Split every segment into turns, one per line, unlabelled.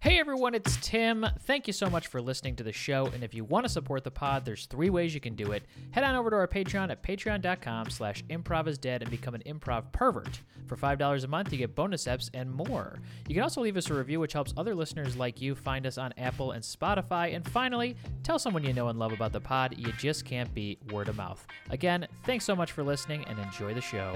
Hey everyone, it's Tim. Thank you so much for listening to the show. And if you want to support the pod, there's three ways you can do it. Head on over to our Patreon at patreon.com slash improvisdead and become an improv pervert. For $5 a month, you get bonus eps and more. You can also leave us a review, which helps other listeners like you find us on Apple and Spotify. And finally, tell someone you know and love about the pod. You just can't beat word of mouth. Again, thanks so much for listening and enjoy the show.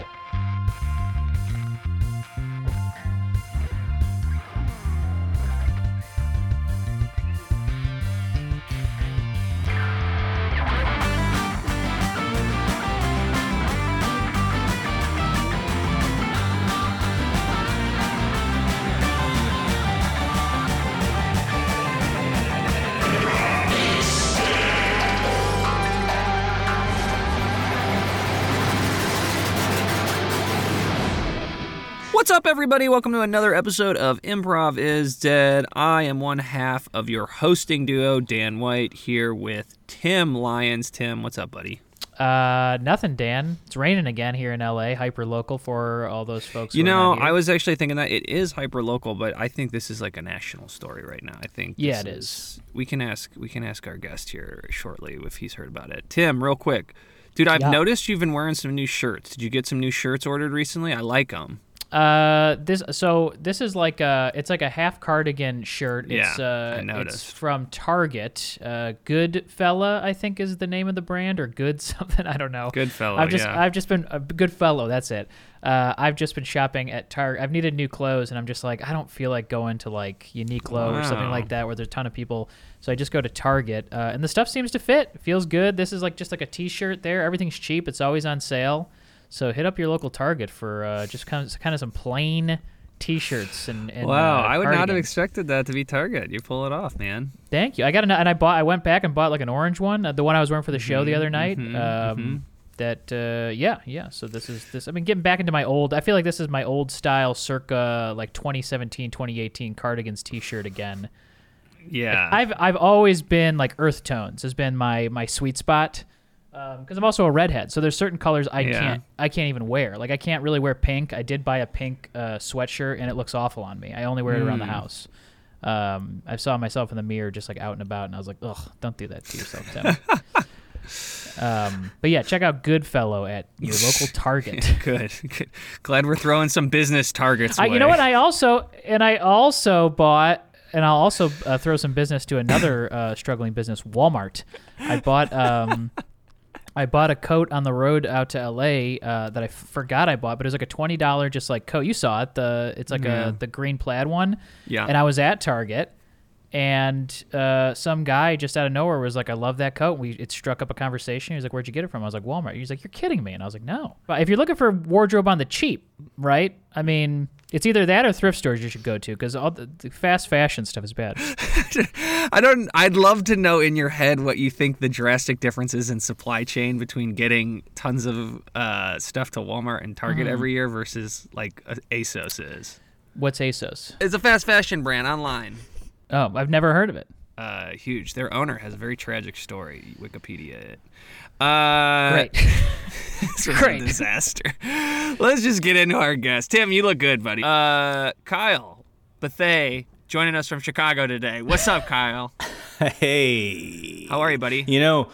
What's up, everybody? Welcome to another episode of Improv is Dead. I am one half of your hosting duo, Dan White, here with Tim Lyons. Tim, what's up, buddy?
Uh, nothing, Dan. It's raining again here in LA. Hyper local for all those folks.
you
who are
know,
not here.
I was actually thinking that it is hyper local, but I think this is like a national story right now. I think
Yeah,
this
it
We can ask we can ask our guest here shortly if he's heard about it. Tim, real quick, dude, I've
Yeah.
noticed you've been wearing some new shirts. Did you get some new shirts ordered recently? I like them.
Uh, this so this is like a it's like a half cardigan shirt. It's,
Yeah,
uh,
I
It's
noticed.
from Target. Uh, Good Fella, I think is the name of the brand, or Good something. I don't know.
Good fellow.
I've just
yeah.
I've just been a good fellow. That's it. Uh, I've just been shopping at Target. I've needed new clothes, and I'm just like I don't feel like going to like Uniqlo or something
Wow.
like that where there's a ton of people. So I just go to Target, uh, and the stuff seems to fit. It feels good. This is like just like a T-shirt there. Everything's cheap. It's always on sale. So hit up your local Target for uh, just kind of, kind of some plain T-shirts and, and
Wow,
uh,
I would not have
cardigans.
expected that to be Target. You pull it off, man.
Thank you. I got an and I bought. I went back and bought like an orange one, uh, the one I was wearing for the show the other night. um, That uh, yeah yeah. So this is this. I've been getting back into my old. I feel like this is my old style, circa like 2017, 2018 cardigans T-shirt again.
Yeah.
I've I've always been like earth tones has been my my sweet spot because I'm also a redhead. So there's certain colors I
Yeah.
can't I can't even wear. Like I can't really wear pink. I did buy a pink uh, sweatshirt and it looks awful on me. I only wear it around the
Hmm.
house. Um, I saw myself in the mirror just like out and about, and I was like, "Ugh, don't do that to yourself, Tim." um, but yeah, check out Goodfellow at your local Target.
good. good. Glad we're throwing some business targets.
I,
away.
you know what? I also and I also bought and I'll also uh, throw some business to another uh, struggling business, Walmart. I bought um, I bought a coat on the road out to L.A. Uh, that I f- forgot I bought, but it was like a twenty dollar just like coat. You saw it. The it's like
Yeah.
a the green plaid one.
Yeah.
And I was at Target. And uh, some guy just out of nowhere was like, "I love that coat." We it struck up a conversation. He was like, "Where'd you get it from?" I was like, "Walmart." He was like, "You're kidding me!" And I was like, "No." But if you're looking for wardrobe on the cheap, right? I mean, it's either that or thrift stores you should go to because all the, the fast fashion stuff is bad.
I don't. I'd love to know in your head what you think the drastic differences in supply chain between getting tons of uh, stuff to Walmart and Target
Mm-hmm.
every year versus like uh, ASOS is.
What's ASOS?
It's a fast fashion brand online.
Oh, I've never heard of it.
Uh, huge. Their owner has a very tragic story. Wikipedia it. Uh,
Great.
This was
Great.
a disaster. Let's just get into our guest. Tim, you look good, buddy. Uh, Kyle Bethay joining us from Chicago today. What's up, Kyle?
Hey.
How are you, buddy?
You know,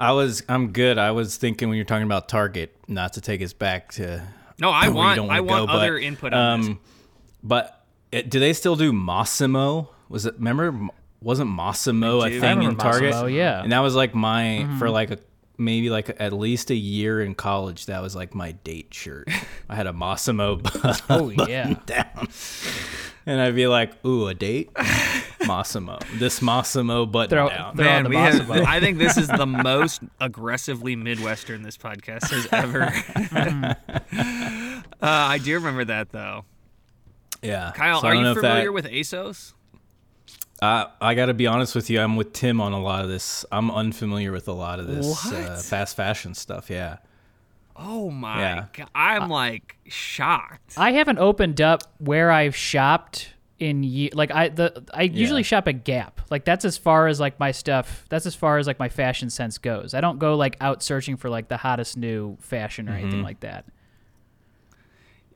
I was I'm good. I was thinking when you're talking about Target, not to take us back to
No, I
where you
want
don't
I
wanna
want
go,
other
but,
input on this.
um, But it, do they still do Massimo? Was it remember M- wasn't Massimo a
do. I
thing in
remember
Target?
Massimo, yeah.
And that was like my for like a maybe like at least a year in college that was like my date shirt. I had a Massimo button
Oh yeah.
down. And I'd be like, "Ooh, a date? Massimo. This Massimo button
Throw-
down."
they're on
Man,
the
we have,
Bossa Ball.
I think this is the most aggressively Midwestern this podcast has ever. uh, I do remember that though.
Yeah.
Kyle,
So I
are
don't know
you
if
familiar
that-
with ASOS?
I I got to be honest with you. I'm with Tim on a lot of this. I'm unfamiliar with a lot of this uh,
What?
fast fashion stuff. Yeah.
Oh my
Yeah.
god, I'm like shocked.
I haven't opened up where I've shopped in ye- like I the I usually shop at Gap. Like that's as far as like my stuff. That's as far as like my fashion sense goes. I don't go like out searching for like the hottest new fashion
Mm-hmm.
or anything like that,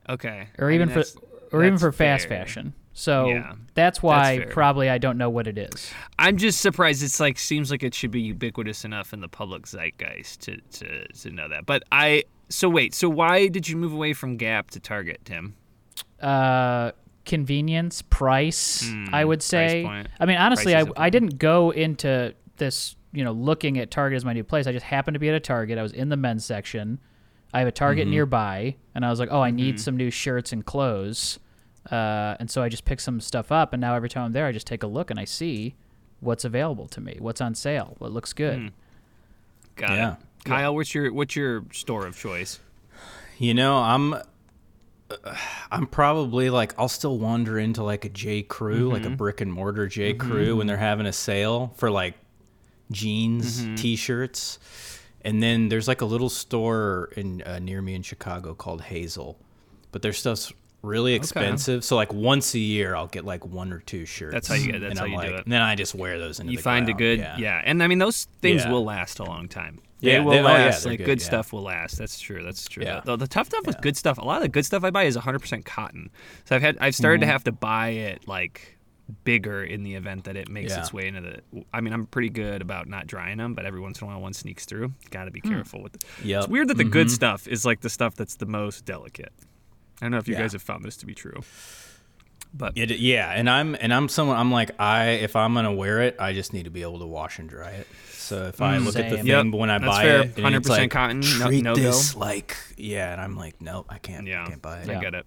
Okay,
or
I mean,
even for
that's-
or even
that's
for fast
fair.
fashion. So
Yeah,
that's why
fair.
probably I don't know what it is.
I'm just surprised. It's like seems like it should be ubiquitous enough in the public zeitgeist to to, to know that. But I so wait. So why did you move away from Gap to Target, Tim?
uh, convenience, price, I would say.
Hmm, point.
I mean, honestly,
Price
I,
is
I didn't go into this, you know, looking at Target as my new place. I just happened to be at a Target. I was in the men's section. I have a Target
Mm-hmm.
nearby, and I was like, oh, I need some new shirts and clothes. Uh, and so I just picked some stuff up, and now every time I'm there, I just take a look and I see what's available to me, what's on sale, what looks good.
Hmm. Got it.
Yeah.
Kyle, what's your what's your store of choice?
You know, I'm uh, I'm probably like I'll still wander into like a J Crew, like a
Mm-hmm.
brick and mortar J Crew when they're having a sale for like jeans,
Mm-hmm.
t-shirts. And then there's like a little store in uh, near me in Chicago called Hazel. But their stuff's really expensive. So like once a year I'll get like one or two shirts.
That's how you get- that's
and
how
I'm
you do
like,
it.
And then I just wear those into
You
the
find
ground.
a good yeah. and I mean those things
Yeah.
will last a long time. they
Yeah,
will
they- oh, yeah,
last.
they're
like good,
good, yeah.
stuff will last. That's true. That's true.
Yeah.
The, the tough stuff with good stuff, a lot of the good stuff I buy is 100% cotton. So I've had I've started
Mm-hmm.
to have to buy it like bigger in the event that it makes
Yeah.
its way into the I mean I'm pretty good about not drying them, but every once in a while one sneaks through. Got to
Hmm.
be careful with it.
Yep.
It's weird that the good
Mm-hmm.
stuff is like the stuff that's the most delicate. I don't know if you
Yeah.
guys have found this to be true. But
It, yeah, and I'm and I'm someone I'm like I if I'm gonna wear it, I just need to be able to wash and dry it. So if I look at the
Same.
thing
Yep,
when I
that's
buy
fair.
it, 100
100%
like,
cotton, no-
treat
no-go.
this like yeah, and I'm like nope, I can't,
Yeah,
I can't buy it.
I
Yeah.
get it.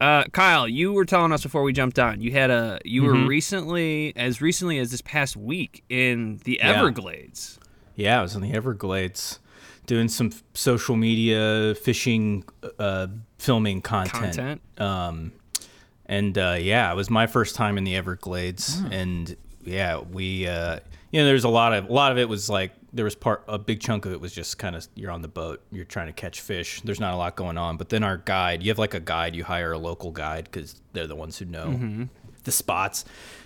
Uh, Kyle, you were telling us before we jumped on. You had a you were
Mm-hmm.
recently, as recently as this past week, in the
Yeah.
Everglades.
Yeah, I was in the Everglades doing some f- social media fishing, uh, filming content.
Content.
Um, and uh, yeah, it was my first time in the Everglades, and yeah, we uh, you know there's a lot of a lot of it was like there was part a big chunk of it was just kind of you're on the boat, you're trying to catch fish. There's not a lot going on, but then our guide, you have like a guide, you hire a local guide because they're the ones who know the spots,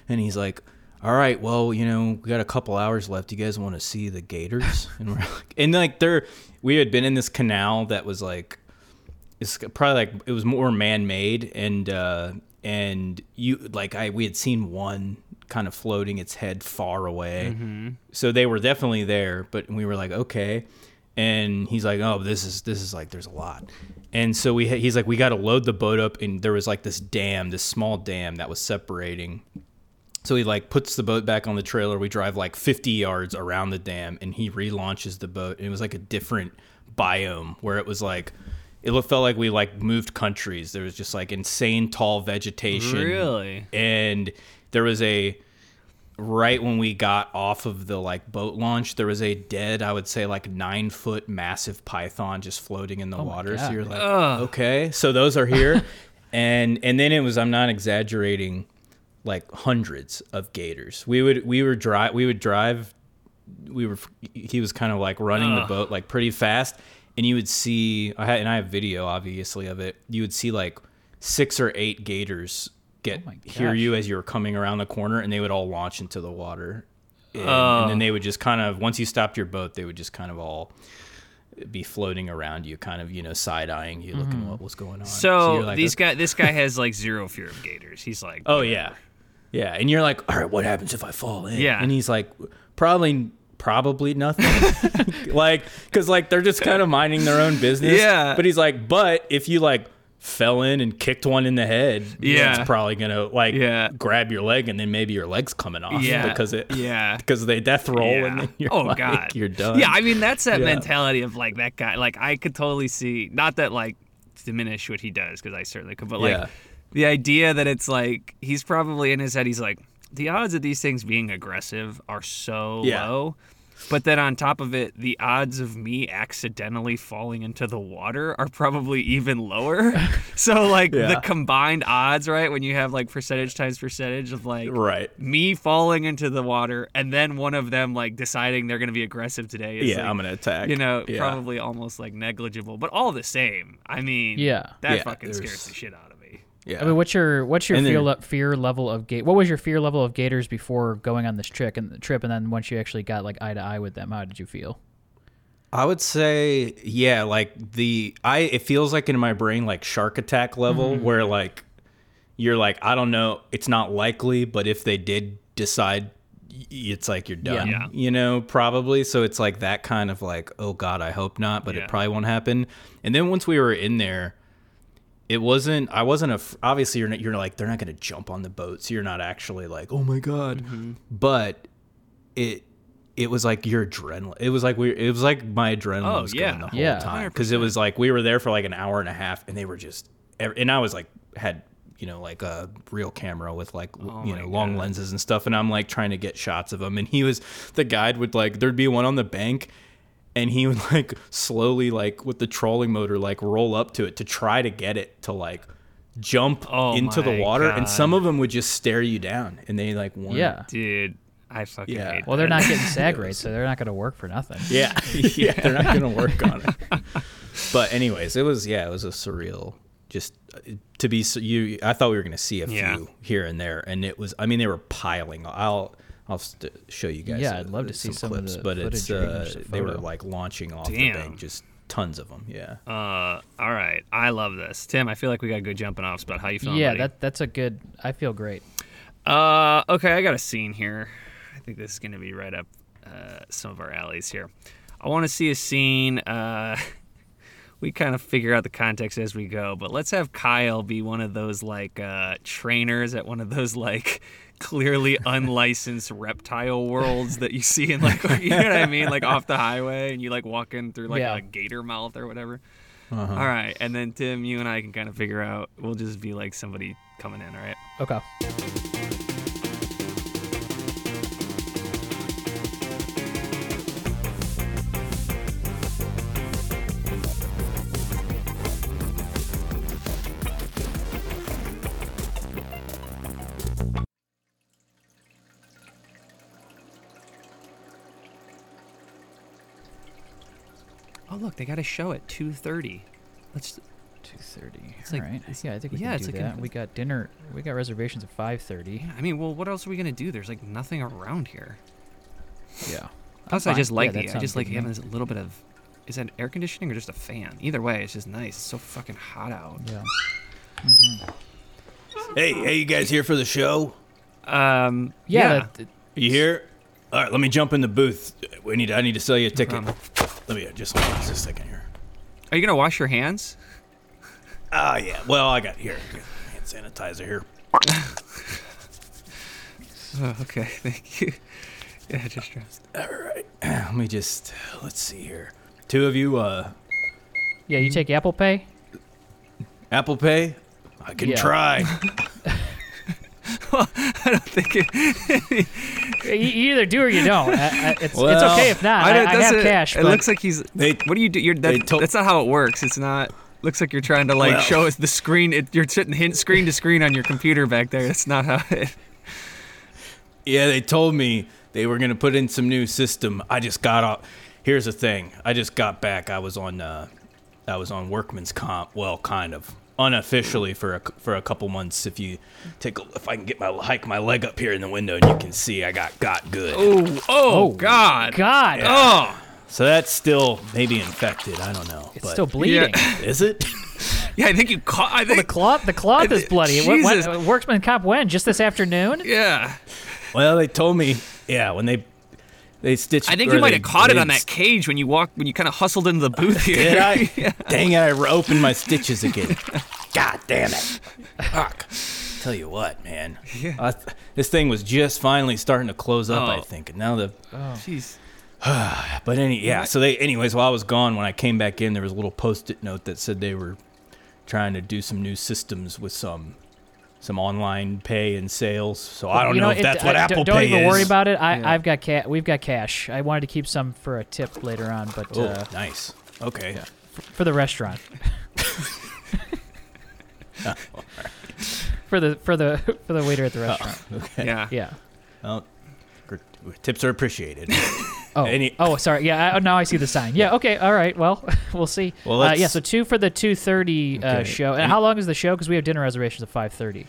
and he's like. All right, well, you know, we got a couple hours left. You guys want to see the gators? And we're like, and like, there, we had been in this canal that was like, it's probably like it was more man-made and uh and you like i we had seen one kind of floating its head far away so they were definitely there but we were like okay and he's like oh this is this is like there's a lot and so we ha- he's like we got to load the boat up and there was like this dam this small dam that was separating so he like puts the boat back on the trailer. We drive like 50 yards around the dam and he relaunches the boat. And it was like a different biome where it was like, it looked, felt like we like moved countries. There was just like insane tall vegetation.
Really?
And there was a, right when we got off of the like boat launch, there was a dead, I would say like nine foot massive python just floating in the water. So
God.
you're like, okay, so those are here. and and then it was I'm not exaggerating, like hundreds of gators. We would we were drive we would drive we were he was kind of like running the boat like pretty fast and you would see I had, and I have video obviously of it. You would see like six or eight gators get
my
hear
gosh.
you as you were coming around the corner and they would all launch into the water. And, and then they would just kind of once you stopped your boat, they would just kind of all be floating around you, kind of you know side eyeing you, looking what was going on.
So,
you're like,
these guy, this guy has like zero fear of gators. He's like,
Oh yeah, yeah. And you're like, all right, what happens if I fall in?
Yeah.
And he's like, probably, probably nothing. like, because like they're just kind of minding their own business.
Yeah.
But he's like, but if you like fell in and kicked one in the head, you know,
Yeah.
it's probably gonna like
Yeah.
grab your leg and then maybe your leg's coming off.
Yeah.
Because it.
Yeah.
Because they death roll
yeah.
and then you're
oh
like,
god,
you're done.
Yeah, I mean that's that
Yeah.
mentality of like that guy. Like I could totally see, not that like diminish what he does because I certainly could, but like
Yeah.
the idea that it's like he's probably in his head. He's like the odds of these things being aggressive are so
Yeah.
low. But then on top of it, the odds of me accidentally falling into the water are probably even lower. so like
Yeah.
the combined odds, right? When you have like percentage times percentage of like
Right.
me falling into the water and then one of them like deciding they're going to be aggressive today is
Yeah,
like,
I'm gonna attack.
you know
yeah.
probably almost like negligible but all the same i mean
Yeah.
that
Yeah,
fucking scares
there's-
the shit out of me
Yeah.
I mean, what's your what's your
And
fear,
then-
le- fear level of gate? What was your fear level of Gators before going on this trick and trip, and then once you actually got like eye to eye with them, how did you feel?
I would say,
Mm-hmm.
yeah, like the I it feels like in my brain like shark attack level where like you're like, I don't know, it's not likely, but if they did decide, y- it's like you're done,
Yeah.
you know, probably. So it's like that kind of like, oh God, I hope not, but
Yeah.
it probably won't happen. And then once we were in there, it wasn't i wasn't a obviously you're not you're like they're not going to jump on the boat so you're not actually like oh my god
Mm-hmm.
but it it was like your adrenaline it was like we it was like my adrenaline
Oh,
was
yeah.
going the whole
Yeah.
time because it was like we were there for like an hour and a half and they were just ev- and i was like had you know like a real camera with like l-
Oh
you know long lenses and stuff and i'm like trying to get shots of him and he was the guide would like there'd be one on the bank and he would like slowly like with the trolling motor like roll up to it to try to get it to like jump
Oh
into the
my
water
God.
and some of them would just stare you down and they like won.
Yeah.
dude. I fucking
Yeah.
hate.
Well, they're not getting SAG rates, so they're not going to work for nothing.
yeah yeah they're not gonna work on it but anyways it was yeah it was a surreal just uh, to be s- you i thought we were gonna see a
Yeah.
few here and there and it was i mean they were piling i'll i'll st- show you guys
Yeah,
uh,
I'd love to see some of
clips
the
but it's
footage or even just
uh,
a
they were
photo.
like launching off
Damn.
the bank just tons of them yeah
Uh, all right, I love this, Tim. I feel like we got good jumping offs about how you feeling.
Yeah,
buddy?
that that's a good. I feel great.
Uh, okay, I got a scene here. I think this is going to be right up uh, some of our alleys here. I want to see a scene. Uh, we kind of figure out the context as we go, but let's have Kyle be one of those like uh, trainers at one of those like clearly unlicensed reptile worlds that you see in like you know what I mean, like off the highway, and you like walk in through like
Yeah.
a gator mouth or whatever. All right, and then Tim, you and I can kind of figure out. We'll just be like somebody coming in. All right.
Okay.
Oh look, they got a show at two thirty. Let's.
Two thirty.
It's
All
like-
right.
it's-
yeah, I think we
yeah,
can
it's
do
like
that.
an-
we got dinner. We got reservations at five thirty.
I mean, well, what else are we gonna do? There's like nothing around here.
Yeah.
Plus, I
fine.
just
Yeah,
like
that
the. I
sounds
just like
good to me.
having this little bit of. Is that air conditioning or just a fan? Either way, it's just nice. It's so fucking hot out.
Yeah.
Hey, hey, you guys here for the show?
Um.
Yeah.
Yeah.
that-
You here? All right, let me jump in the booth. We need. I need to sell you a ticket.
problem.
Let me uh, just hold on just a second here.
Are you gonna wash your hands?
Ah, yeah. Well, I got here. Hand sanitizer here.
Oh, okay. Thank you. Yeah, just trust.
All right. Let me just. Let's see here. Two of you. Uh,
yeah. You take Apple Pay.
Apple Pay. I can
Yeah.
try.
Thank you.
You you either do or you don't. I, I, it's, it's
Well,
okay if not. I,
don't-
Ah, I
that's
have
it.
cash.
It
but
looks like he's.
They-
what do you do? You're,
they
that,
told-
that's not how it works. It's not. Looks like you're trying to like
Well-
show us the screen. It, you're sitting hint screen to screen on your computer back there. That's not how it.
yeah, they told me they were gonna put in some new system. I just got off. Here's the thing. I just got back. I was on. Uh, I was on workman's comp. Well, kind of unofficially for a c for a couple months. If you take, a, if I can get my hike my leg up here in the window, and you can see, I got got good.
Oh, oh, God.
God.
Oh,
So that's still maybe infected. I don't know.
it's
but-
still bleeding.
Is it?
yeah. I think you caught. I
The
think.
cloth. The cloth is bloody. It went-
Jesus.
went- Worksman cop when? Just this afternoon?
Yeah,
well, they told me. Yeah, when they they stitched.
I think
or
you might
they-
have caught it
they
on that
st-
cage when you walked when you kind of hustled into the booth here.
Did I? Dang it! I re- opened my stitches again. God damn it! Fuck. Tell you what, man. Yeah. this thing was just finally starting to close up. I
Oh.
think. And now the
Jeez.
But any yeah, so they anyways, while I was gone, when I came back in, there was a little post-it note that said they were trying to do some new systems with some some online pay and sales. So I don't
You
know,
know,
if
it-
that's what
I-
Apple
don't, don't
Pay
even
is.
worry about it. I, I've got ca- We've got cash. I wanted to keep some for a tip later on, but
oh,
uh,
nice. Okay.
for the restaurant. For the for the for the waiter at the restaurant.
Okay.
Yeah.
Yeah.
Well, gr- tips are appreciated.
Oh.
Any-
oh, sorry. Yeah. I, now I see the sign. Yeah. Okay. All right. Well, we'll see.
Well,
uh,
let's-
yeah. So two for the two thirty uh,
Okay.
show. And how long is the show? Because we have dinner reservations at five thirty.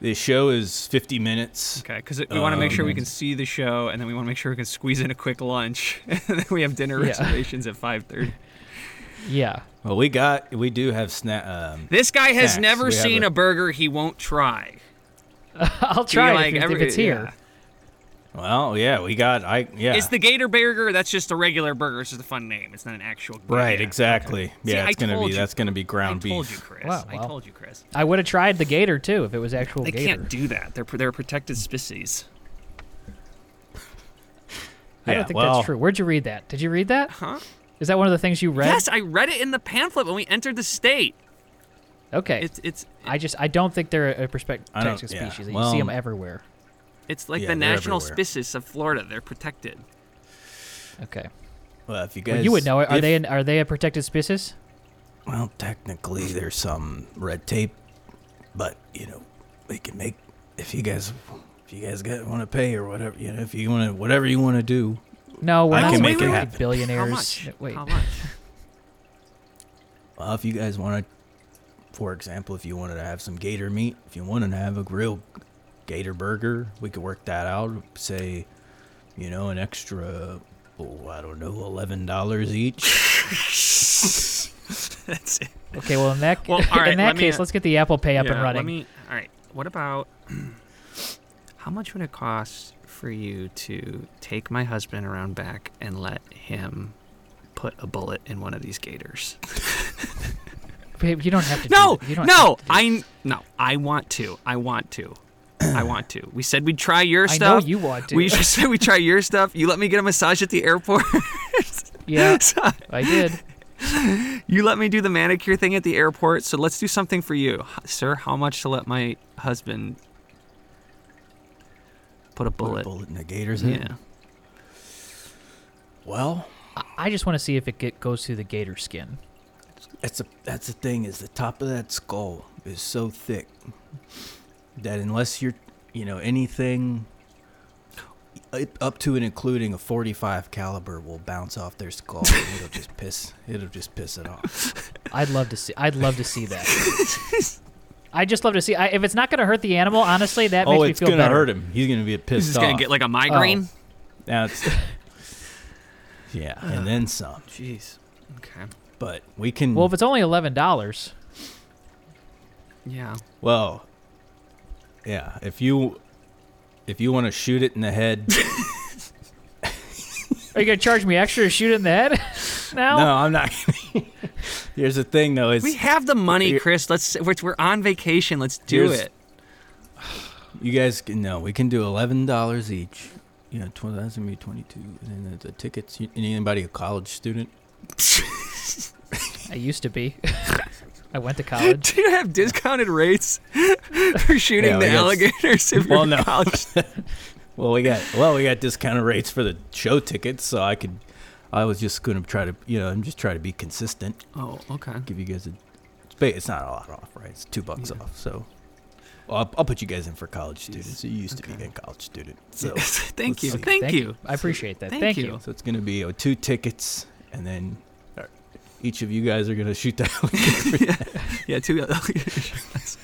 the show is 50 minutes.
Okay, because we want to
Oh,
make sure we can see the show, and then we want to make sure we can squeeze in a quick lunch, and then we have dinner
Yeah.
reservations at five thirty.
Yeah.
Well, we got we do have snack. Um,
This guy has
Snacks,
never
we have
seen
a-
a burger he won't try.
I'll try
like
it if,
every-
if it's here.
yeah.
well, yeah, we got I yeah.
Is the Gator Burger? That's just a regular burger. It's just a fun name. It's not an actual. Burger.
right exactly? Yeah,
I
it's gonna
told
be
you.
that's gonna be
I
ground
told you,
beef.
Chris.
Wow,
I
well.
told you, Chris.
I would have tried the gator too if it was actual
They
gator.
can't do that. They're they're a protected species.
I don't
Yeah,
think
well-
that's true. Where'd you read that? Did you read that?
Huh?
Is that one of the things you read?
Yes, I read it in the pamphlet when we entered the state.
Okay.
It's it's
I just I don't think they're a prospect-
I don't-
protected
yeah,
species. you
well,
see them everywhere.
it's like
Yeah,
the
they're
national
everywhere.
species of Florida. They're protected.
Okay.
Well, if you guys
Well, you would know it. Are
if-
they an, are they a protected species?
Well, technically, there's some red tape, but you know, they can make if you guys if you guys got want to pay or whatever you know if you want to whatever you want to do.
No, we're
I
not
can
gonna
make it
be
happen.
billionaires.
How much?
Wait.
How much?
Well, Uh, if you guys want to, for example, if you wanted to have some gator meat, if you wanted to have a real gator burger, we could work that out. Say, you know, an extra, oh, I don't know, eleven dollars each.
That's it.
Okay, well in that
Well, all right,
in that
let me-
case, let's get the Apple Pay up and
Yeah,
running.
Let me. All right. What about how much would it cost for you to take my husband around back and let him put a bullet in one of these gators?
Babe, you don't have to.
No,
do that. you don't
no,
have to do
I no, I want to. I want to. I want to. We said we'd try your
that. I know
stuff.
you want to.
we said we try your stuff. You let me get a massage at the airport.
yeah,
So,
I did.
you let me do the manicure thing at the airport. So let's do something for you, H- sir. How much to let my husband put a
Put a
bullet?
bullet in the gator's head.
Yeah.
Well,
I- I just want to see if it get, goes through the gator skin.
That's a that's the thing is the top of that skull is so thick that unless you're you know anything up- up to and including a 45 caliber will bounce off their skull and it'll just piss it'll just piss it off.
I'd love to see. I'd love to see that. I'd just love to see. I, if it's not going to hurt the animal, honestly, that makes
oh,
me
it's
feel
gonna
better.
hurt him. He's gonna be pissed
He's
off.
just gonna get like a migraine.
Now it's- yeah, and then some.
Jeez. Okay.
But we can
Well, if it's only eleven dollars,
Yeah.
Well, yeah. If you if you want to shoot it in the head,
are you going to charge me extra to shoot it in the head? now?
no, I'm not. Here's the thing, though: is
We have the money,
Here-
Chris. Let's we're, we're on vacation. Let's do
Here's-
it.
You guys can no. We can do eleven dollars each. You know, tw- that's gonna be twenty-two. And then the, the tickets. you- Anybody a college student?
I used to be. I went to college.
Do you have discounted rates for shooting
Yeah,
the
we got-
alligators? If
Well,
you're
no.
college?
Well, we got well, we got discounted rates for the show tickets, so I could. I was just gonna try to, you know, I'm just trying to be consistent.
Oh, okay.
Give you guys a. It's, ba- it's not a lot off, right? It's two bucks
Yeah.
off. So, well, I'll, I'll put you guys in for college students. You used to be
Okay.
a college student, so
thank
let's
you.
see.
Thank, you.
I appreciate that.
Thank
Thank,
you.
you.
so it's gonna be uh, two tickets, and then uh, each of you guys are gonna shoot the alligator.
Yeah, two alligators.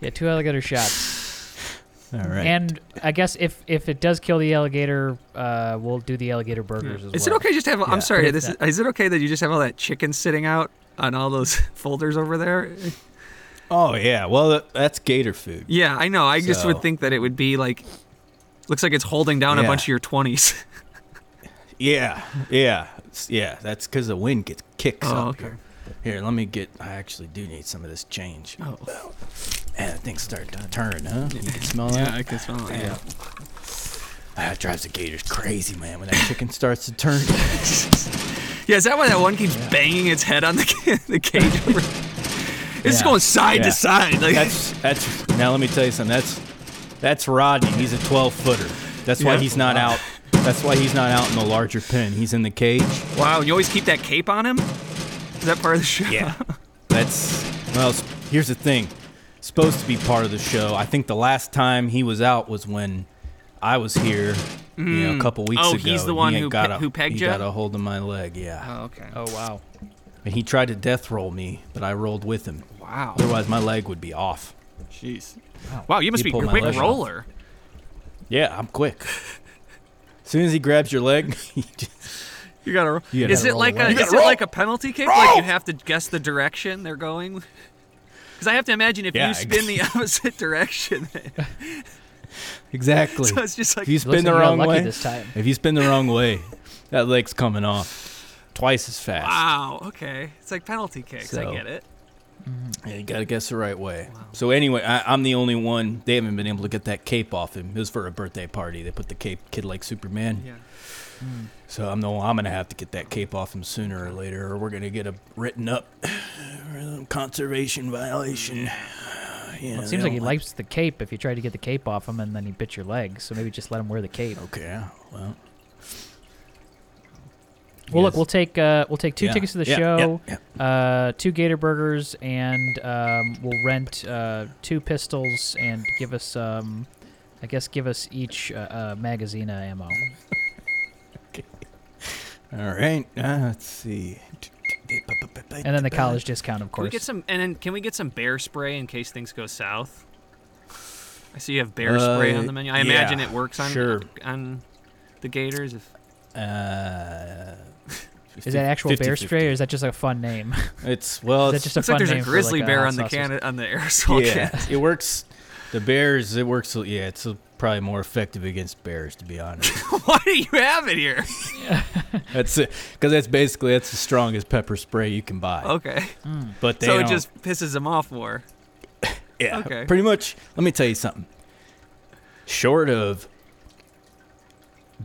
Yeah, two alligator shots.
All right.
And I guess if if it does kill the alligator, uh, we'll do the alligator burgers as well.
Is it okay just to have?
Yeah.
I'm sorry.
But
This
it's
is, is it okay that you just have all that chicken sitting out on all those folders over there?
Oh yeah, well that- that's gator food.
Yeah, I know. I just
So-
would think that it would be like, looks like it's holding down a
Yeah.
bunch of your twenties.
Yeah, yeah, It's- yeah. That's because the wind gets kicks
Oh,
up
okay.
here. Here, let me get. I actually do need some of this change.
Oh,
And things start to turn, huh? You can smell
yeah,
that.
I can smell it. Yeah.
Ah, it drives the gators crazy, man. When that chicken starts to turn.
Yeah, is that why that one keeps banging its head on the ca- the cage? it's
Yeah,
going side
yeah.
to side. Like,
That's that's. Now let me tell you something. That's that's Rodney. He's a 12 footer. That's why
Yeah.
he's not out. That's why he's not out in the larger pen. He's in the cage.
wow, you always keep that cape on him. Is that part of the show?
That's well. s- Here's the thing. Supposed to be part of the show. I think the last time he was out was when I was here, you know, a couple weeks
Oh,
ago.
he's the
and
one
he
who
got
pe-
a,
who pegged
he
ya?
got a hold of my leg. Yeah,
Oh, okay.
Oh wow.
and he tried to death roll me, but I rolled with him.
Wow.
Otherwise, my leg would be off.
Jeez. Wow, you must
He
be
pulled
a
my
quick
leg off.
roller.
Yeah, I'm quick. as soon as he grabs your leg, he just,
You gotta.
gotta
is it
roll
like
away.
a?
You
Is it
gotta
like a penalty kick? Like you have to guess the direction they're going. Because I have to imagine if
Yeah,
you spin the opposite direction,
Exactly.
so it's just like
if you
looks
spin
like
the
you got
wrong
lucky
way,
this time.
if you spin the wrong way, that leg's coming off twice as fast.
Ah.
wow, okay, it's like penalty kicks. I
So-
get it.
Yeah, you gotta guess the right way. So anyway, I, I'm the only one. They haven't been able to get that cape off him. It was for a birthday party. They put the cape, kid like Superman.
Yeah.
So I'm the one. I'm gonna have to get that cape off him sooner or later, or we're gonna get a written up conservation violation. You know,
It
they
seems like
don't
he likes the cape if you tried to get the cape off him and then he bit your leg. So maybe just let him wear the cape.
Okay. Well.
Well, look,
Yes.
we'll take uh, we'll take two
Yeah,
tickets to the
yeah,
show,
yeah,
Uh, two Gator burgers, and um, we'll rent uh, two pistols and give us, um, I guess, give us each uh, uh, magazine of ammo.
All right. Uh, let's see.
And then the college discount, of
Can we
course.
get some? And then can we get some bear spray in case things go south? I see you have bear spray
Uh,
on the menu. I imagine
yeah,
it works on
sure.
on the Gators. If
Uh,
Is that actual bear spray or is that just a fun name?
It's well.
is that
it's-
just a
looks
fun
like there's
name
a
for,
grizzly
like,
bear
hot
on the
sausage?
can on the aerosol can.
yeah, it works. The bears, it works. Yeah, it's probably more effective against bears, to be honest.
Why do you have it here?
that's it, because that's basically that's the strongest pepper spray you can buy.
Okay,
But they
Oh, so it
don't-
just pisses them off more.
yeah,
okay.
pretty much. Let me tell you something. Short of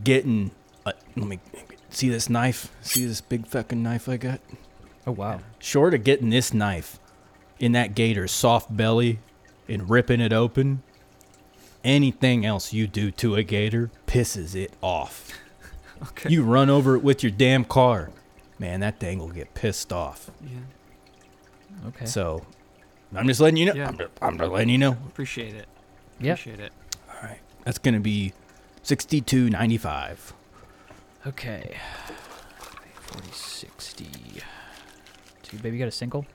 getting, a, let me see this knife. See this big fucking knife I got.
Oh wow!
Short of getting this knife in that gator's soft belly and ripping it open, anything else you do to a gator pisses it off.
Okay.
You run over it with your damn car, man, that thing will get pissed off.
yeah,
Okay.
So, I'm just letting you know.
Yeah.
I'm, just, I'm just letting you know.
appreciate it.
yeah.
Appreciate it.
All right, that's gonna be sixty-two ninety-five.
Okay. Forty sixty. Two baby, you got a single?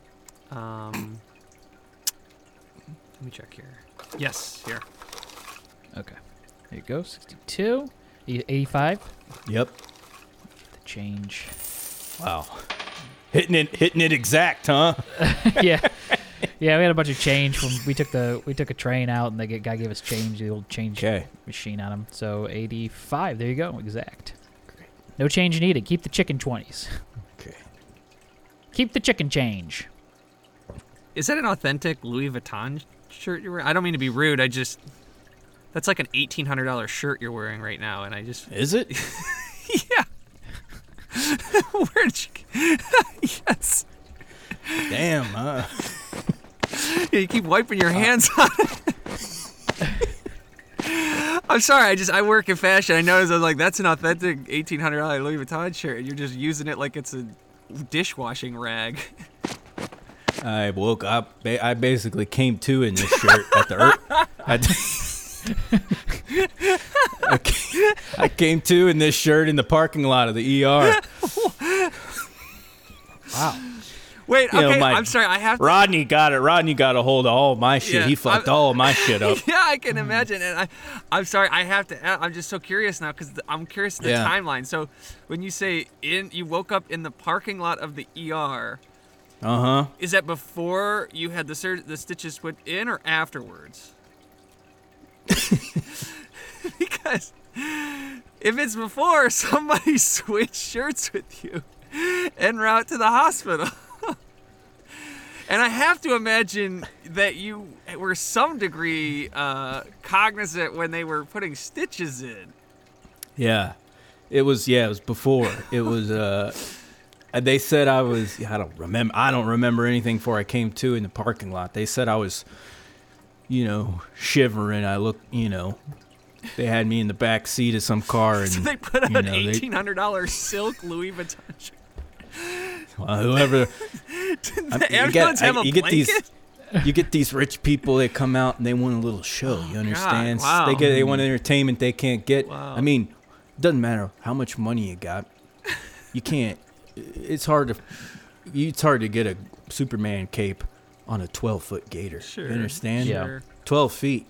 Um, let me check here. Yes, here.
Okay. There you go. Sixty-two. E- Eighty-five.
Yep.
The change.
Wow. Hitting it, hitting it exact, huh?
yeah, yeah. We had a bunch of change when we took the we took a train out, and the g- guy gave us change, the old change
Okay.
machine on him. So eighty-five. There you go, exact. No change needed. Keep the chicken twenties.
Okay.
Keep the chicken change.
Is that an authentic Louis Vuitton shirt you're wearing? I don't mean to be rude. I just that's like an eighteen hundred dollar shirt you're wearing right now, and I just
Is it?
yeah. Where'd you? yes.
Damn, huh?
Yeah, you keep wiping your hands on it. I'm sorry. I just I work in fashion. I noticed I was like, that's an authentic eighteen hundred dollar Louis Vuitton shirt. You're just using it like it's a dishwashing rag.
I woke up. ba- I basically came to in this shirt at the earth. I, I ca- I came to in this shirt in the parking lot of the ER.
Wait.
You know,
okay.
my-
I'm sorry. I have to
Rodney got it. Rodney got a hold of all my shit.
Yeah,
he fucked
I'm-
all my shit up.
yeah, I can imagine. And I, I'm sorry, I have to. a- I'm just so curious now because I'm curious the
Yeah.
timeline. So, when you say in, you woke up in the parking lot of the ER.
Uh huh.
Is that before you had the sur- the stitches put in, or afterwards? because if it's before, somebody switched shirts with you en route to the hospital. And I have to imagine that you were some degree uh, cognizant when they were putting stitches in.
Yeah. It was yeah, it was before. It was uh they said I was I don't remember I don't remember anything before I came to in the parking lot. They said I was you know, shivering. I look, you know, they had me in the back seat of some car and
So
Mm.
they put out
you know,
an
they-
eighteen hundred dollar silk Louis Vuitton shirt.
well, uh, whoever I-
The ambulance have a
you get these
blanket? Oh,
you get these rich people they come out and they want a little show you understand
wow. Mm.
they get they want entertainment they can't get
Wow.
i mean doesn't matter how much money you got you can't it's hard to you- it's hard to get a superman cape on a 12 foot gator
Sure,
you understand
Yeah.
sure.
12 feet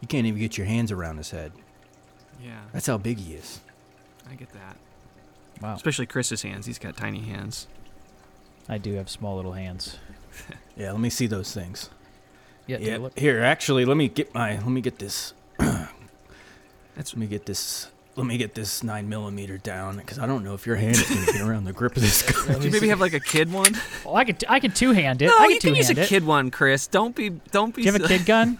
you can't even get your hands around his head
Yeah,
that's how big he is
I get that.
Wow.
Especially Chris's hands. He's got tiny hands.
I do have small little hands.
Yeah, let me see those things.
Yeah. take a
Yeah,
look.
here actually, let me get my let me get this.
That's-
let me get this. Let me get this nine millimeter down because I don't know if your hand is going to get around the grip of this. gun.
Do you maybe have like a kid one?
Well, Oh, I could I could two hand it.
No,
I
you
could two
can use
hand
a
it.
kid one, Chris. Don't be, don't be.
Do you have a
silly.
kid gun?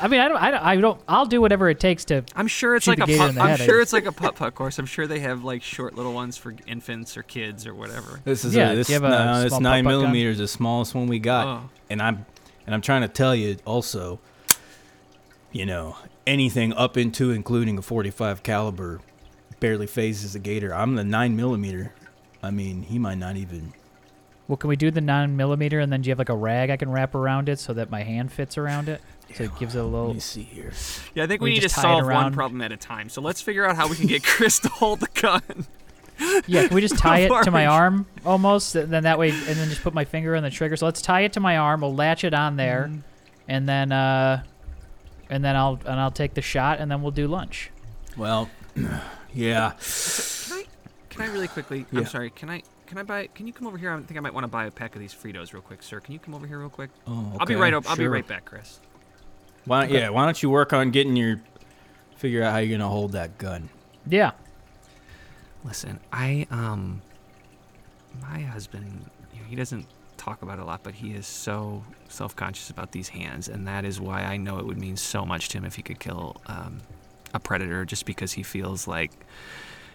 I mean, I don't, I don't, I don't, I'll do whatever it takes to.
I'm sure it's
Shoot
like
the
a.
gator
Putt,
in the
I'm
head, I
sure
guess.
it's like a putt putt course. I'm sure they have like short little ones for infants or kids or whatever.
This is
Yeah,
a,
do
this,
you have a
no,
small
this nine
pop-up gun?
millimeter is the smallest one we got,
Oh.
and I'm and I'm trying to tell you also. You know anything up into including a 45 caliber barely phases a gator. I'm the nine millimeter. I mean, he might not even.
Well, can we do the nine millimeter and then do you have like a rag I can wrap around it so that my hand fits around it? So it gives it a
Let
little.
me see here.
Yeah, I think
Or
we
you
need to
just tie it
solve one
around.
problem at a time. So let's figure out how we can get Chris to hold the gun.
Yeah, can we just tie it to my
Large.
arm almost? Th- Then that way, and then just put my finger on the trigger. So let's tie it to my arm. We'll latch it on there,
Mm-hmm.
and then, uh, and then I'll and I'll take the shot, and then we'll do lunch.
Well, yeah.
Can I, can I really quickly?
Yeah.
I'm sorry. Can I? Can I buy? Can you come over here? I think I might want to buy a pack of these Fritos real quick, sir. Can you come over here real quick?
Oh,
I'll be
okay,
right. Up, I'll be
sure.
right back, Chris.
Why don't, yeah, why don't you work on getting your figure out how you're gonna hold that gun?
Yeah.
Listen, I um, my husband, you know, he doesn't talk about it a lot, but he is so self-conscious about these hands, and that is why I know it would mean so much to him if he could kill um, a predator, just because he feels like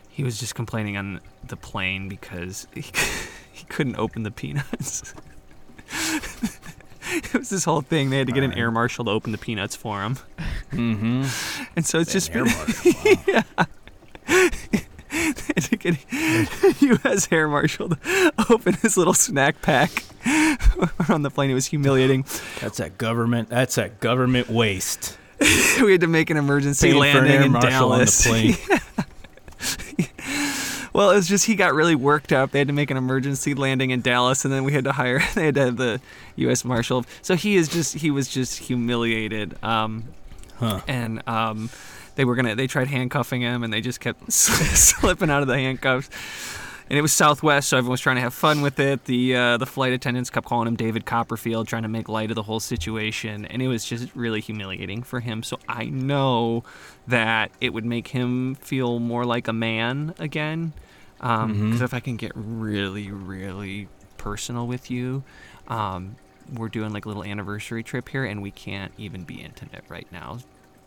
he was just complaining on the plane because he, he couldn't open the peanuts. it was this whole thing; they had to get an air marshal to open the peanuts for him,
Mm-hmm.
and so it's just been
wow.
to get U.S. Air Marshal to open his little snack pack on the plane. It was humiliating.
That's that government. That's that government waste.
We had to make an emergency
Paying for an
landing
air
in
marshal on the
Dallas.
plane.
well, it was just he got really worked up. They had to make an emergency landing in Dallas, and then we had to hire. They had to have the U.S. Marshal. So he is just he was just humiliated. Um,
Huh.
and um, they were gonna they tried handcuffing him and they just kept slipping out of the handcuffs and it was southwest so everyone was trying to have fun with it the uh, the flight attendants kept calling him david copperfield trying to make light of the whole situation and it was just really humiliating for him so i know that it would make him feel more like a man again because if i can get really really personal with you um, we're doing like a little anniversary trip here and we can't even be intimate right now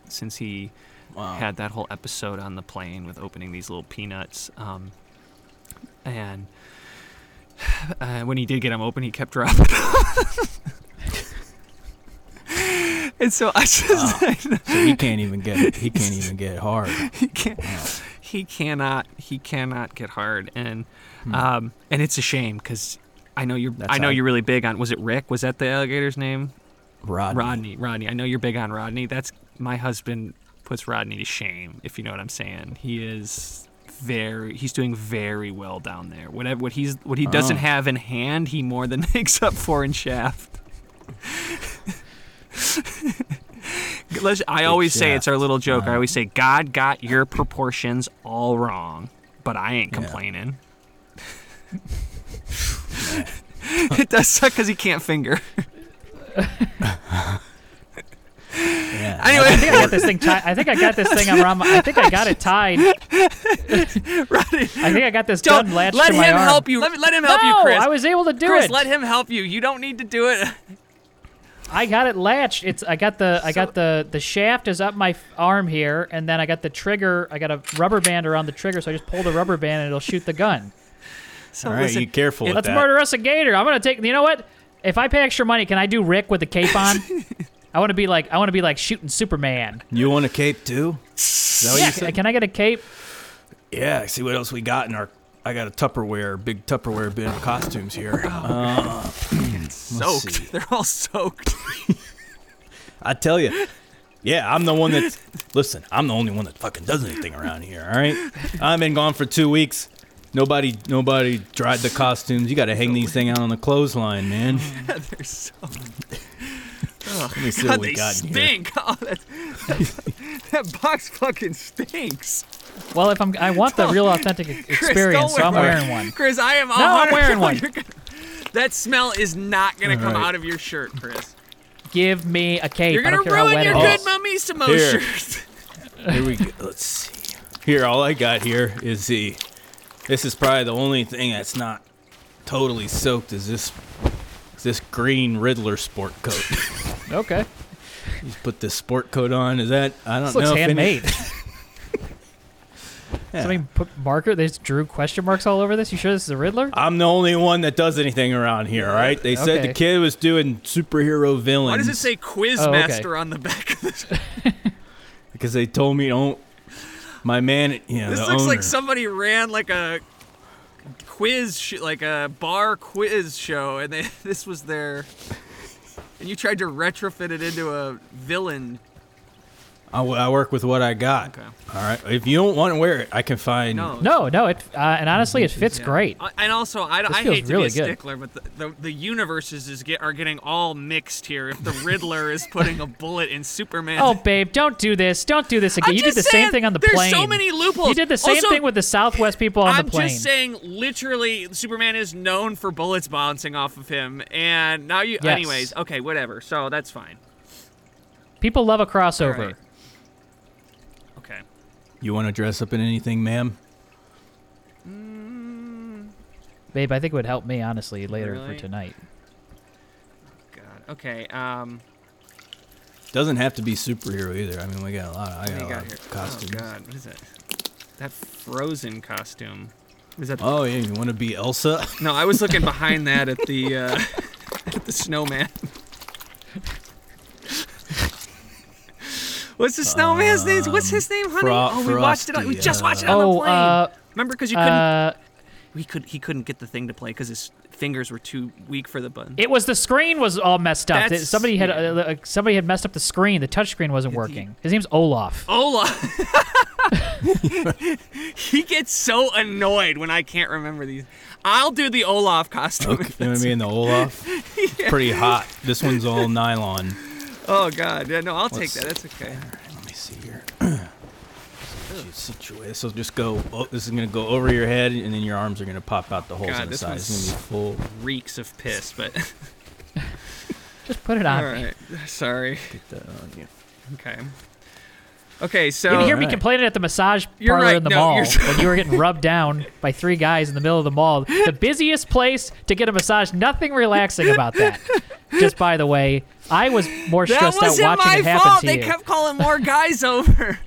since he
Wow.
had that whole episode on the plane with opening these little peanuts. Um, and uh, when he did get them open, he kept dropping. 'em. and so I just
So he can't even get. He can't even get hard.
he can't. He cannot. He cannot get hard, and um, and it's a shame because I know you're.
That's
I know
how-
you're really big on. Was it Rick? Was that the alligator's name?
Rod.
Rodney, Rodney. I know you're big on Rodney. That's my husband puts Rodney to shame, if you know what I'm saying. He is very he's doing very well down there. Whatever what he's what he doesn't
Oh.
have in hand, he more than makes up for in shaft. Let's, I always say it's our little joke. I always say God got your proportions all wrong, but I ain't
Yeah.
complaining. it does suck because he can't finger.
Yeah.
I
Anyway,
think I got this thing tied. I think I got this thing around. My- I think I got it tied. I think I got this
Don't
gun latched
let
to my
him
arm.
help you. Let, let him
No,
help you, Chris.
I was able to do
Chris,
it.
let him help you. You don't need to do it.
I got it latched. It's I got the I
So-
got the the shaft is up my f- arm here, and then I got the trigger. I got a rubber band around the trigger, so I just pull the rubber band and it'll shoot the gun.
So
All right, you careful with
Let's
that.
murder us a gator. I'm gonna take. You know what? If I pay extra money, can I do Rick with the cape on? I want to be like I want to be like shooting Superman.
You want a cape too? Is that what
Yeah,
you said?
can I get a cape?
Yeah. See what else we got in our. I got a Tupperware, big Tupperware bin of costumes here. Uh, see.
soaked. They're all soaked.
I tell you. Yeah, I'm the one that's. listen, I'm the only one that fucking does anything around here. All right, I've been gone for two weeks. Nobody, nobody dried the costumes. You got to hang these thing out on the clothesline, man.
They're soaked.
Let me see
God,
what we
they
got in here.
stink. Oh, that, that box fucking stinks.
Well, if I'm, I want the real authentic e-
Chris,
experience,
don't
so I'm
wear
wearing one.
Chris, I am.
No, I'm wearing one.
That smell is not gonna come
right.
out of your shirt, Chris.
Give me a cape.
You're
I
gonna
don't care how
ruin
wet
your
it
good
is.
mummies to most
Here.
shirts.
Here we go. Let's see. Here, all I got here is the. This is probably the only thing that's not totally soaked. Is this is this green Riddler sport coat?
Okay.
He's put this sport coat on. Is that I don't
This
know.
looks
if any-
handmade.
Yeah.
Somebody put marker. They just drew question marks all over this. You sure this is a
Uh,
Riddler?
I'm the only one that does anything around here, all right? They said
Okay.
the kid was doing superhero villains.
Why does it say Quizmaster
Oh, okay.
on the back of this?
Because they told me don't. My man, you know,
This
the
looks
owner.
like somebody ran like a quiz, sh- like a bar quiz show, and they, this was their. And you tried to retrofit it into a villain.
I, w- I work with what I got.
Okay.
All right. If you don't want to wear it, I can find.
No.
No, no. It uh, and honestly, it fits
Mm, Yeah.
great.
I- And also, I,
This
I
feels
hate to
really
be a
good.
stickler, but the, the, the universes is get, are getting all mixed here. If the Riddler is putting a bullet in Superman,
Oh, babe, don't do this. Don't do this again.
I'm
you did
just
the
saying,
same thing on the
there's
plane.
so many loopholes.
You did the same
Also,
thing with the Southwest people on
I'm
the plane.
just saying, literally, Superman is known for bullets bouncing off of him, and now you.
Yes.
Anyways, okay, whatever. So that's fine.
people love a crossover.
Alright. Okay.
You want to dress up in anything, ma'am?
Babe, I think it would help me honestly later
Really?
for tonight.
God. Okay. Um.
Doesn't have to be superhero either. I mean, we got a lot. Of, I
What
got
do
a
you
lot
got
of
here?
costumes.
Oh God. What is it? That Frozen costume. Is that?
Oh, yeah, you want to be Elsa?
No, I was looking behind that at the uh, at the snowman. What's the snowman's name? What's his name, honey?
Um, Fro-
oh, we watched it. On, we
Frosty,
just watched it on the
Oh,
plane.
uh,
Remember, because you couldn't.
uh,
we could. He couldn't get the thing to play because his fingers were too weak for the button.
it was the screen was all messed up.
That's-
somebody had
yeah.
uh, uh, somebody had messed up the screen. The touch screen wasn't working. His name's Olaf.
Ola. he gets so annoyed when I can't remember these. I'll do the Olaf costume.
Okay, you know what I mean? The Olaf. It's Pretty hot. This one's all nylon.
Oh God, yeah, no, I'll take
Let's-
that. That's okay.
Let me see here. She's situated. This will just go. Oh, this is gonna go over your head, and then your arms are gonna pop out the holes
God,
on the
this
side. It's gonna be full.
Reeks of piss, but
Just put it
all
on me.
right. Sorry.
Get that on you.
Okay. Okay,
You
so
can hear me
Alright.
complaining at the massage
You're
parlor
right,
in the
no,
mall
you're-
when you were getting rubbed down by three guys in the middle of the mall. The busiest place to get a massage. Nothing relaxing about that. Just by the way, I was more
that
stressed out
wasn't
watching
my
it happen
fault.
to
They
you.
kept calling more guys over.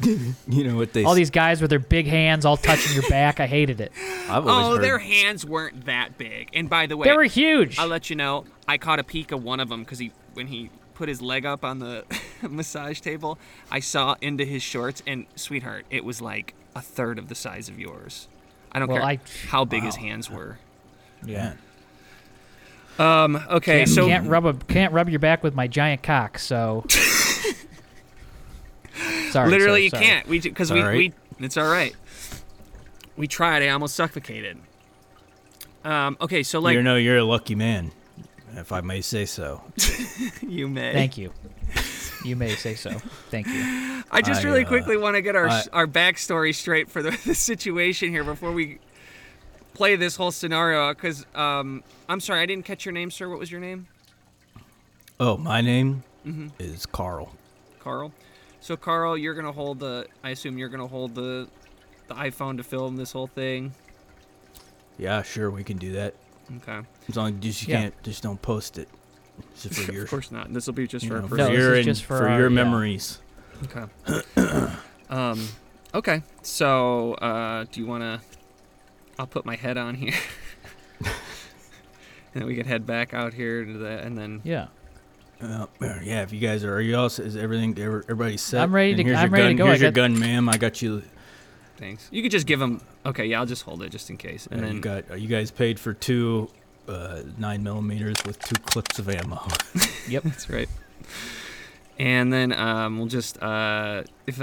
You know what they?
all
s-
these guys with their big hands all touching your back. I hated it.
I've always
oh,
heard-
their hands weren't that big. And by the way,
They were huge.
I'll let you know. I caught a peek of one of them because he, when he put his leg up on the massage table, I saw into his shorts. And sweetheart, it was like a third of the size of yours. I don't
Well,
care
I-
how big his hands were.
Yeah.
Um. Okay. so
can't rub a can't rub your back with my giant cock. So. Sorry,
Literally,
sir,
you
sorry.
can't. We because
It's
we,
all
we
right.
it's all right. We tried. I almost suffocated. Um. Okay. So like
you know, you're a lucky man, if I may say so.
you may.
Thank you. You may say so. Thank you.
I just
I,
really
uh,
quickly want to get our
I-
our backstory straight for the, the situation here before we play this whole scenario. Because um, I'm sorry, I didn't catch your name, sir. What was your name?
Oh, my name
Mm-hmm.
is Carl.
Carl. So Carl, you're gonna hold the. I assume you're gonna hold the the iPhone to film this whole thing.
Yeah, sure, we can do that.
Okay.
As long as just you
Yeah.
can't, just don't post it. Just for your,
Of course not. This will be just
you
for
know,
for
for
No, this
your,
is
and
just for
for
our-
your
yeah.
memories.
Okay. um, okay. So, uh, do you want to? I'll put my head on here, and then we can head back out here to the, and then
Yeah,
Uh, yeah, if you guys are, are you all, s- is everything, every- everybody set?
I'm ready
And
to-
here's
I'm
your
ready to
gun,
go. I
Here's your
got-
gun, ma'am. I got you.
thanks. You could just give him. Okay, yeah, I'll just hold it just in case, and
uh,
then
you got. uh, You guys paid for two uh, nine millimeters with two clips of ammo.
Yep.
that's right. And then um, we'll just uh, if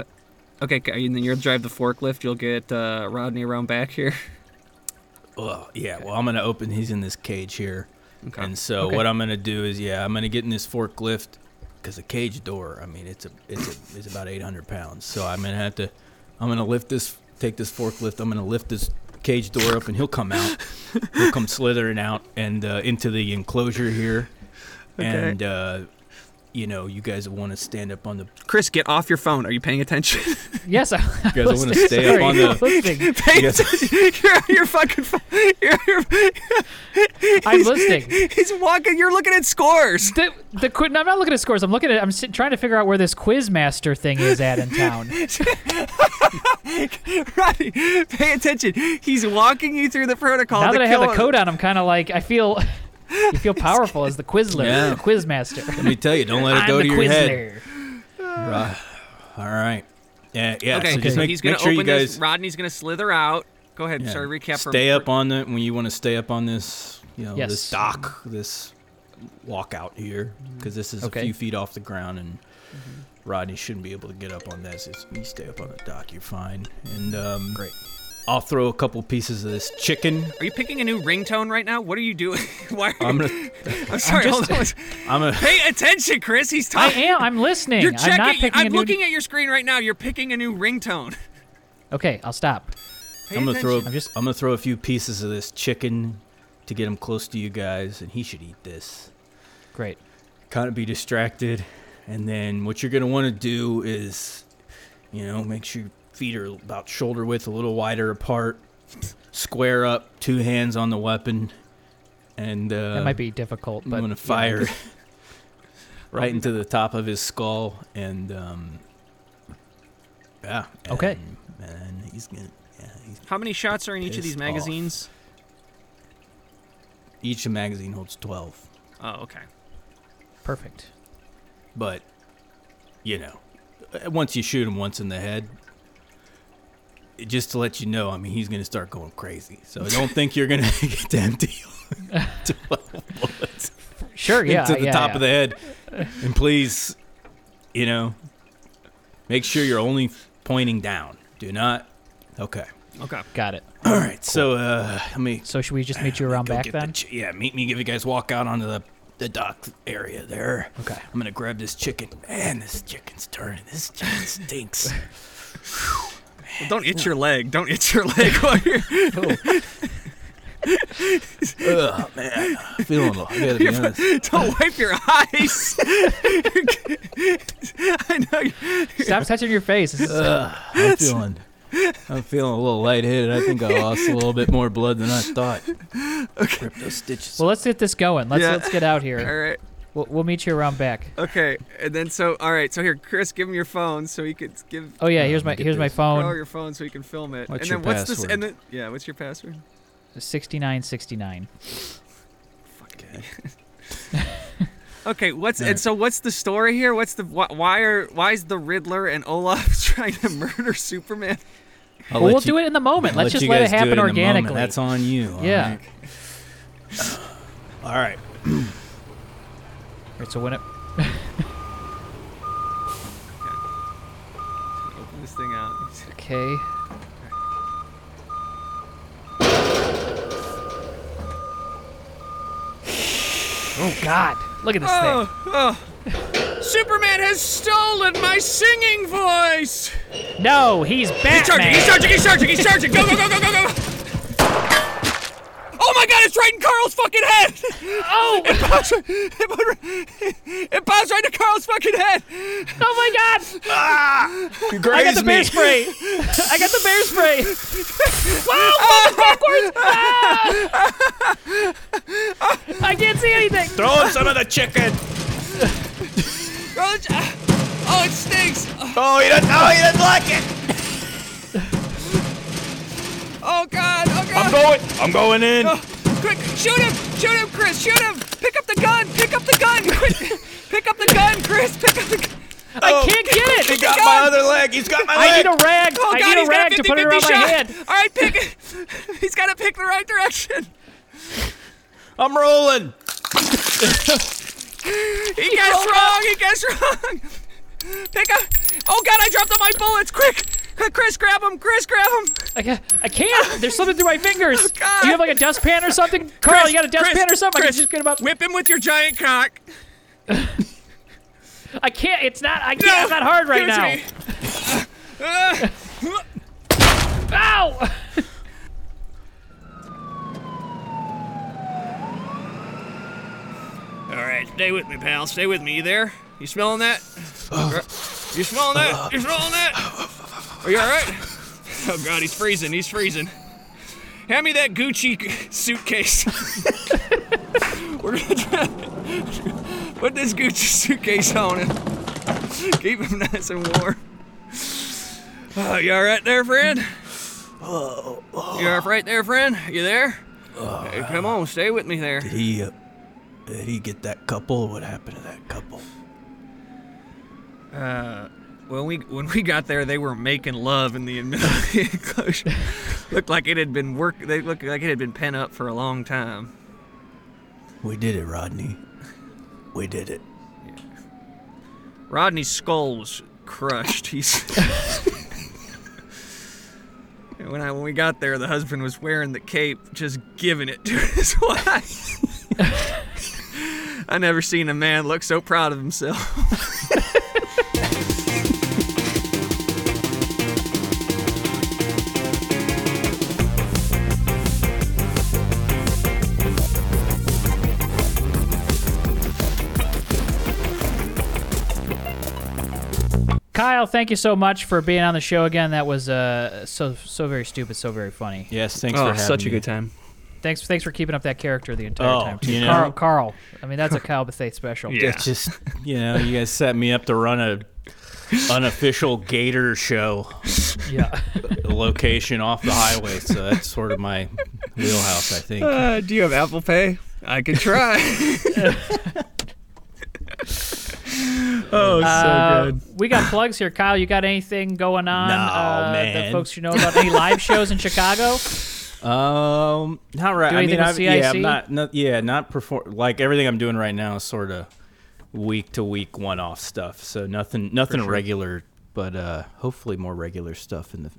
okay, c- and then you'll drive the forklift. You'll get uh, Rodney around back here.
Ugh, yeah. Well, I'm gonna open. He's in this cage here,
Okay.
and so
Okay.
what I'm gonna do is, yeah, I'm gonna get in this forklift because the cage door. I mean, it's a, it's a, it's about 800 pounds. So I'm gonna have to I'm gonna lift this, take this forklift. I'm gonna lift this cage door up, and he'll come out. he'll come slithering out and uh, into the enclosure here. And uh, you know, you guys want to stand up on the
Chris, get off your phone. Are you paying attention?
Yes, I, I
guys
was
wanna stay up
sorry,
on
I
the-
was listening.
Pay
Yes.
attention. You're on your fucking phone. You're, you're,
I'm
he's-
listening.
He's walking. You're looking at scores.
The, the qui- no, I'm not looking at scores. I'm looking at. I'm sit, trying to figure out where this Quizmaster thing is at in town.
Oh, Roddy, pay attention. He's walking you through the protocol.
now
to
that I have the
kill him.
code on, I'm kind of like I feel. You feel powerful as the Quizler,
Yeah.
the Quizmaster.
Let me tell you, don't let it
I'm
go
the
to your head.
Quizler.
All right. Yeah, yeah.
Okay,
so
so,
just make,
he's gonna
make sure
open
you guys
this. Rodney's gonna slither out. Go ahead.
yeah,
Sorry, recap. from-
Stay up on the when you want to stay up on this, you know,
Yes.
this dock, this walkout here,
Mm-hmm.
because this is
Okay.
a few feet off the ground, and Rodney shouldn't be able to get up on this. It's, you stay up on the dock, you're fine. And um, great. I'll throw a couple pieces of this chicken.
Are you picking a new ringtone right now? What are you doing? Why? Are you,
I'm
I'm,
gonna,
sorry.
just-
hold on.
I'm gonna.
Pay attention, Chris. He's
I
talking.
am. I'm listening.
You're checking.
I'm not picking
I'm
a new-
looking at your screen right now. You're picking a new ringtone.
Okay, I'll stop.
Pay
I'm gonna
attention.
throw. I'm,
I'm just-
gonna throw a few pieces of this chicken to get him close to you guys, and he should eat this.
Great.
kind of be distracted and then what you're going to want to do is you know make sure your feet are about shoulder width a little wider apart square up two hands on the weapon and uh,
That might be difficult,
i'm
but
going to fire right into the top of his skull and um yeah
Okay.
and, and he's going to yeah, he's-
How many shots are in each of
Piss
these magazines?
each magazine holds 12
Oh, okay.
perfect.
but you know, uh, once you shoot him once in the head, just to let you know, I mean, he's gonna start going crazy. So don't think you're gonna get to empty twelve bullets
Sure. Yeah.
into the
yeah,
top
yeah.
of the head, and please, you know, make sure you're only pointing down. Do not. Okay.
Okay.
Got it.
All right. So uh, let me
So should we just meet you around
Go
back
get the
then?
chi- yeah, meet me if you guys walk out onto the, the dock area there.
Okay.
I'm gonna grab this chicken. Man, this chicken's turning. This chicken stinks.
Well, don't itch your leg. Don't itch your leg while you're.
Ugh, man, I'm feeling. I gotta be honest.
Don't wipe your eyes. I know. you-
Stop touching your face. This is-
Ugh, I'm feeling. I'm feeling a little lightheaded. I think I lost a little bit more blood than I thought. Okay. Rip those stitches.
well, let's get this going. Let's
Yeah.
let's get out here.
All right.
We'll, we'll meet you around back.
Okay. And then so all right. So here, Chris, give him your phone so he could give
Oh yeah, here's
let
my
me get
here's my
this.
Borrow
phone.
your phone so you can film it.
um, What's
and
your
then what's this?
password?
And then yeah, what's your password?
Sixty nine sixty nine.
Okay. okay. What's and so what's the story here? What's the why, why are why is the Riddler and Olaf trying to murder Superman?
I'll
Well,
let
we'll
you-
do it in the moment.
I'll
Let's
let
just
you
let it
guys do
happen
in the moment.
organically.
That's on you. all
yeah.
right? All right.
Alright, so when it,
Open this thing out.
okay. Oh God! Look at this thing.
oh, oh. Superman has stolen my singing voice.
No, he's Batman.
He's charging! He's charging! He's charging! He's charging! Go! Go! Go! Go! Go! Go! Oh my God! It's right in Carl's fucking head!
Oh,
It bounced, right- it, bounced right- it bounced right into Carl's fucking head!
oh my God!
You
I got the
grazed
bear
me.
spray. I got the bear spray. Wow, backwards. Ah! I can't see anything.
Throw him some of the chicken.
Oh, it's- Oh, it stinks!
Oh, he doesn't. Oh, he doesn't like it.
Oh God! Oh God!
I'm going. I'm going in.
Oh, quick! Shoot him! Shoot him, Chris! Shoot him! Pick up the gun! Pick up the gun! Quick! Pick up the gun, Chris! Pick up the gun!
I can't get
He
it.
the
got
gun.
my other leg. He's got my
I
leg.
need a rag.
Oh
I
God!
need
he's
a
got
rag
a
to
50,
put it
50
around
shot.
my head.
All right, pick it. He's got to pick the right direction.
I'm rolling.
He guessed wrong. He guessed wrong. Pick up. Oh God, I dropped all my bullets. Quick, Quick, Chris, grab him. Chris, grab him.
I, ca- I can't. They're slipping through my fingers.
Oh, God.
Do you have like a dustpan or something, Carl? you got a dustpan or something? I
Chris,
can just get about.
Whip him with your giant cock.
I can't. It's not. I can't. It's not hard right
Give it to
now.
me. Uh,
Stay with me, pal. Stay with me. You there? You smelling that? You smelling that? You smelling that? Are you all right? Oh God, he's freezing. He's freezing. Hand me that Gucci suitcase. We're gonna try put this Gucci suitcase on him. Keep him nice and warm. Oh, you all right there, friend? You all right there, friend? You there? Hey, come on, stay with me there.
He uh, did he get that couple? What happened to that couple?
When we when we got there, they were making love in the middle of the enclosure. looked like it had been work. They looked like it had been pent up for a long time.
We did it, Rodney. We did it.
Rodney's skull was crushed. He's. And when I when we got there, the husband was wearing the cape, just giving it to his wife. I never seen a man look so proud of himself.
Kyle, thank you so much for being on the show again. That was uh, so so very stupid, so very funny.
Yes,
Oh,
thanks for having me.
time.
Thanks thanks for keeping up that character the entire
Oh,
time. too.
you know-
Carl, Carl, I mean that's a Kyle Bethay special.
Yeah.
It's just you know, you guys set me up to run a unofficial gator show
yeah.
at a location off the highway, so that's sort of my wheelhouse, I think.
Uh, do you have Apple Pay? I could try. oh, so
Uh, we got plugs here, Kyle. You got anything going on?
No,
uh, That
man.
folks you know about any live shows in Chicago?
Um, not right.
Do
I
anything
mean,
with
I've, yeah,
CIC?
I'm not, not yeah, not perform like everything I'm doing right now is sort of week to week one off stuff. So nothing, nothing regular, but uh, hopefully more regular stuff in the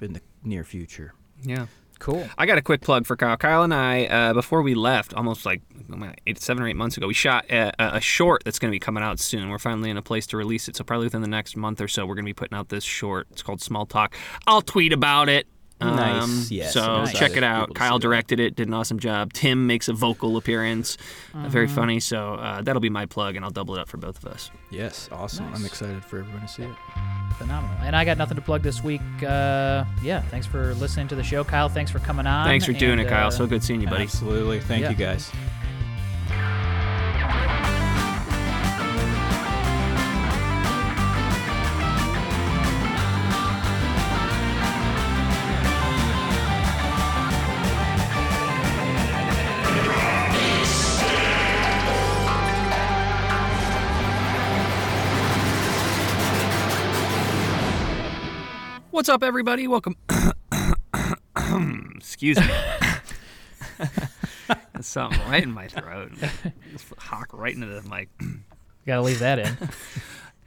in the near future.
Yeah.
Cool.
I got a quick plug for Kyle. Kyle and I, uh, before we left, almost like oh my, eight, seven or eight months ago, we shot a, a a short that's going to be coming out soon. We're finally in a place to release it, so probably within the next month or so, we're going to be putting out this short. It's called Small Talk. I'll tweet about it. Um,
Nice. Yes,
So
I'm excited
check it
for
out.
people to
Kyle
see that.
directed it, did an awesome job. Tim makes a vocal appearance, uh, very
Mm-hmm.
funny. So uh, that'll be my plug, and I'll double it up for both of us.
Yes, awesome. I'm excited for everyone to see it.
Phenomenal. And I got nothing to plug this week. Uh, yeah. Thanks for listening to the show, Kyle. Thanks for coming on.
Thanks for doing
and,
it, Kyle.
uh,
So good seeing you, buddy.
Absolutely. Thank
Yeah.
you guys.
What's up, everybody? Welcome. Excuse me. That's something right in my throat. Just Hock right into the mic.
Gotta leave that in.